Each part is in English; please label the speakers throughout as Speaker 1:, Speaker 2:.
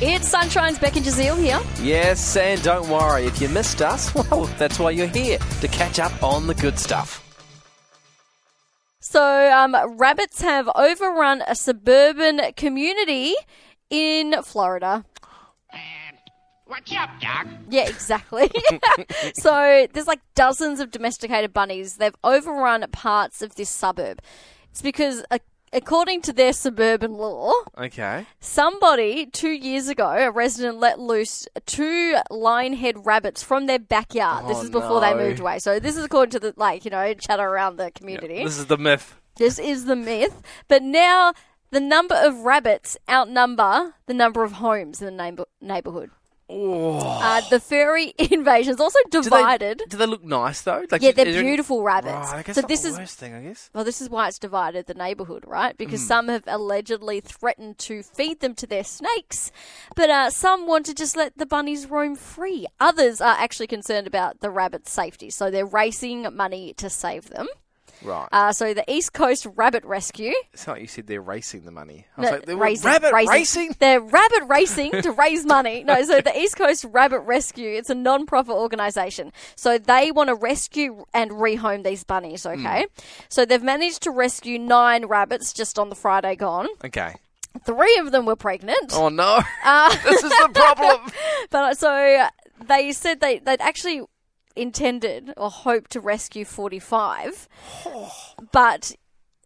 Speaker 1: It's Sunshine's Becky Jazeel here.
Speaker 2: Yes, and don't worry, if you missed us, well, that's why you're here, to catch up on the good stuff.
Speaker 1: So, um, rabbits have overrun a suburban community in Florida.
Speaker 3: What's up, Doc?
Speaker 1: Yeah, exactly. so there's like dozens of domesticated bunnies. They've overrun parts of this suburb. It's because, uh, according to their suburban law,
Speaker 2: Okay.
Speaker 1: somebody two years ago, a resident let loose two lionhead rabbits from their backyard. this
Speaker 2: Oh,
Speaker 1: is before they
Speaker 2: no.
Speaker 1: moved away. So this is according to the like you know chatter around the community.
Speaker 2: This is the myth.
Speaker 1: This is the myth. But now the number of rabbits outnumber the number of homes in the neighbor- neighborhood.
Speaker 2: Oh.
Speaker 1: Uh, the furry invasion is also
Speaker 2: Do they-
Speaker 1: divided.
Speaker 2: Do they, look nice, though? Like,
Speaker 1: yeah,
Speaker 2: is
Speaker 1: they're
Speaker 2: there any-
Speaker 1: beautiful rabbits.
Speaker 2: Right, I guess
Speaker 1: so
Speaker 2: not
Speaker 1: this
Speaker 2: the
Speaker 1: is
Speaker 2: worst Hmm. thing, I guess.
Speaker 1: well, this is why it's divided the neighbourhood, right? Because some have allegedly threatened to feed them to their snakes, but uh, some want to just let the bunnies roam free. Others are actually concerned about the rabbits' safety, so they're raising money to save them.
Speaker 2: Right.
Speaker 1: Uh, so the East Coast Rabbit Rescue
Speaker 2: it's not like you said they're racing the money. I was
Speaker 1: no,
Speaker 2: like, they
Speaker 1: raising-
Speaker 2: were rabbit
Speaker 1: raising-
Speaker 2: racing?
Speaker 1: They're rabbit racing to raise money. No, so the East Coast Rabbit Rescue, it's a non-profit organisation. So they want to rescue and rehome these bunnies,
Speaker 2: Hmm.
Speaker 1: okay? So they've managed to rescue nine rabbits just on the Friday gone.
Speaker 2: Okay.
Speaker 1: Three of them were pregnant.
Speaker 2: Oh, no.
Speaker 1: Uh.
Speaker 2: this is the problem.
Speaker 1: But uh, so uh, they said they, they'd actually intended or hoped to rescue 45. but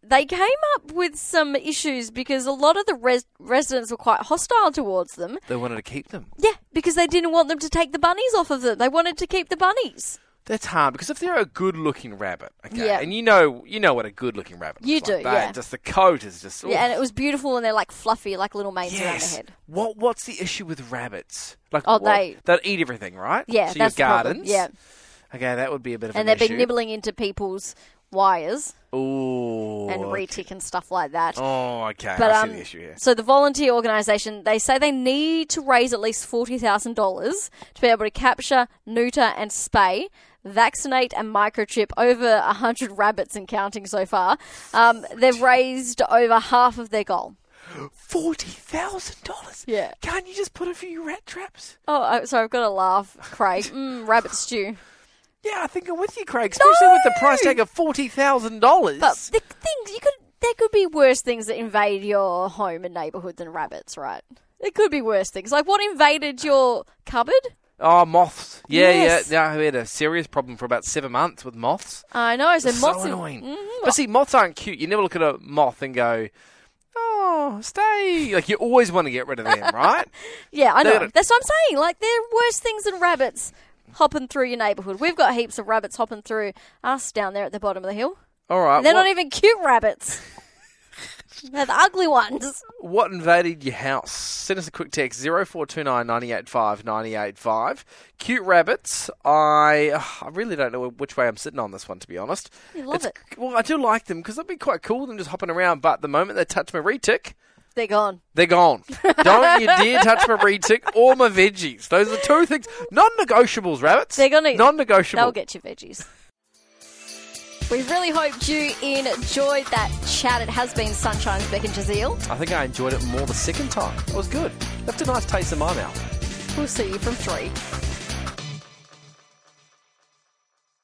Speaker 1: they came up with some issues because a lot of the res- residents were quite hostile towards them.
Speaker 2: they wanted to keep them.
Speaker 1: Yeah, because they didn't want them to take the bunnies off of them. They wanted to keep the bunnies.
Speaker 2: That's hard because if they're a good-looking rabbit, okay,
Speaker 1: Yeah.
Speaker 2: and you know, you know what a good-looking rabbit.
Speaker 1: You
Speaker 2: looks like.
Speaker 1: do,
Speaker 2: They-
Speaker 1: yeah.
Speaker 2: Just the coat is just.
Speaker 1: Yeah, and
Speaker 2: oof.
Speaker 1: it was beautiful and they're like fluffy, like little manes around the
Speaker 2: yes.
Speaker 1: head.
Speaker 2: What What's the issue with rabbits? Like,
Speaker 1: Oh,
Speaker 2: what-
Speaker 1: they-
Speaker 2: they'll eat everything, right?
Speaker 1: Yeah,
Speaker 2: so
Speaker 1: that's the
Speaker 2: your
Speaker 1: problem.
Speaker 2: gardens.
Speaker 1: Yeah.
Speaker 2: Okay, that would be a bit of
Speaker 1: And
Speaker 2: an
Speaker 1: they've been
Speaker 2: issue.
Speaker 1: nibbling into people's wires
Speaker 2: Ooh.
Speaker 1: and retic and stuff like that.
Speaker 2: Oh, okay.
Speaker 1: But
Speaker 2: I
Speaker 1: um,
Speaker 2: see the issue here.
Speaker 1: so the volunteer organisation they say they need to raise at least forty thousand dollars to be able to capture, neuter, and spay, vaccinate, and microchip over hundred rabbits and counting so far. Um, they've raised over half of their goal.
Speaker 2: Forty thousand dollars.
Speaker 1: Yeah.
Speaker 2: Can't you just put a few rat traps?
Speaker 1: Oh, I- sorry, I've got to laugh, Craig. Mm, rabbit stew.
Speaker 2: Yeah, I think I'm with you, Craig. Especially with the price tag of forty thousand dollars.
Speaker 1: But the things you could there could be worse things that invade your home and neighbourhood than rabbits, right? It could be worse things. Like what invaded your cupboard?
Speaker 2: Oh, moths. Yeah,
Speaker 1: Yes.
Speaker 2: yeah. yeah. We had a serious problem for about seven months with moths.
Speaker 1: I know. So,
Speaker 2: It's
Speaker 1: moths
Speaker 2: so annoying.
Speaker 1: Mhm.
Speaker 2: But see, moths aren't cute. You never look at a moth and go, oh, stay. Like, you always want to get rid of them, right?
Speaker 1: Yeah, I know.
Speaker 2: They're gonna-
Speaker 1: That's what I'm saying. Like, there are worse things than rabbits hopping through your neighbourhood. We've got heaps of rabbits hopping through us down there at the bottom of the hill.
Speaker 2: All right.
Speaker 1: They're
Speaker 2: what,
Speaker 1: not even cute rabbits. They're the ugly ones.
Speaker 2: what invaded your house? Send us a quick text 0429 985 985. Cute rabbits. I ugh, I really don't know which way I'm sitting on this one, to be honest.
Speaker 1: You love it.
Speaker 2: Well, I do like them because they'd be quite cool, them just hopping around. But the moment they touch my retic,
Speaker 1: They're gone.
Speaker 2: They're gone. Don't you dare touch my retic or my veggies. Those are the two things. Non-negotiables, rabbits.
Speaker 1: They're gonna-
Speaker 2: non-negotiable.
Speaker 1: They'll get you veggies. We really hoped you enjoyed that chat. It has been Sunshine's Beck and Jazeel.
Speaker 2: I think I enjoyed it more the second time. It was good. Left a nice taste in my mouth.
Speaker 1: We'll see you from three.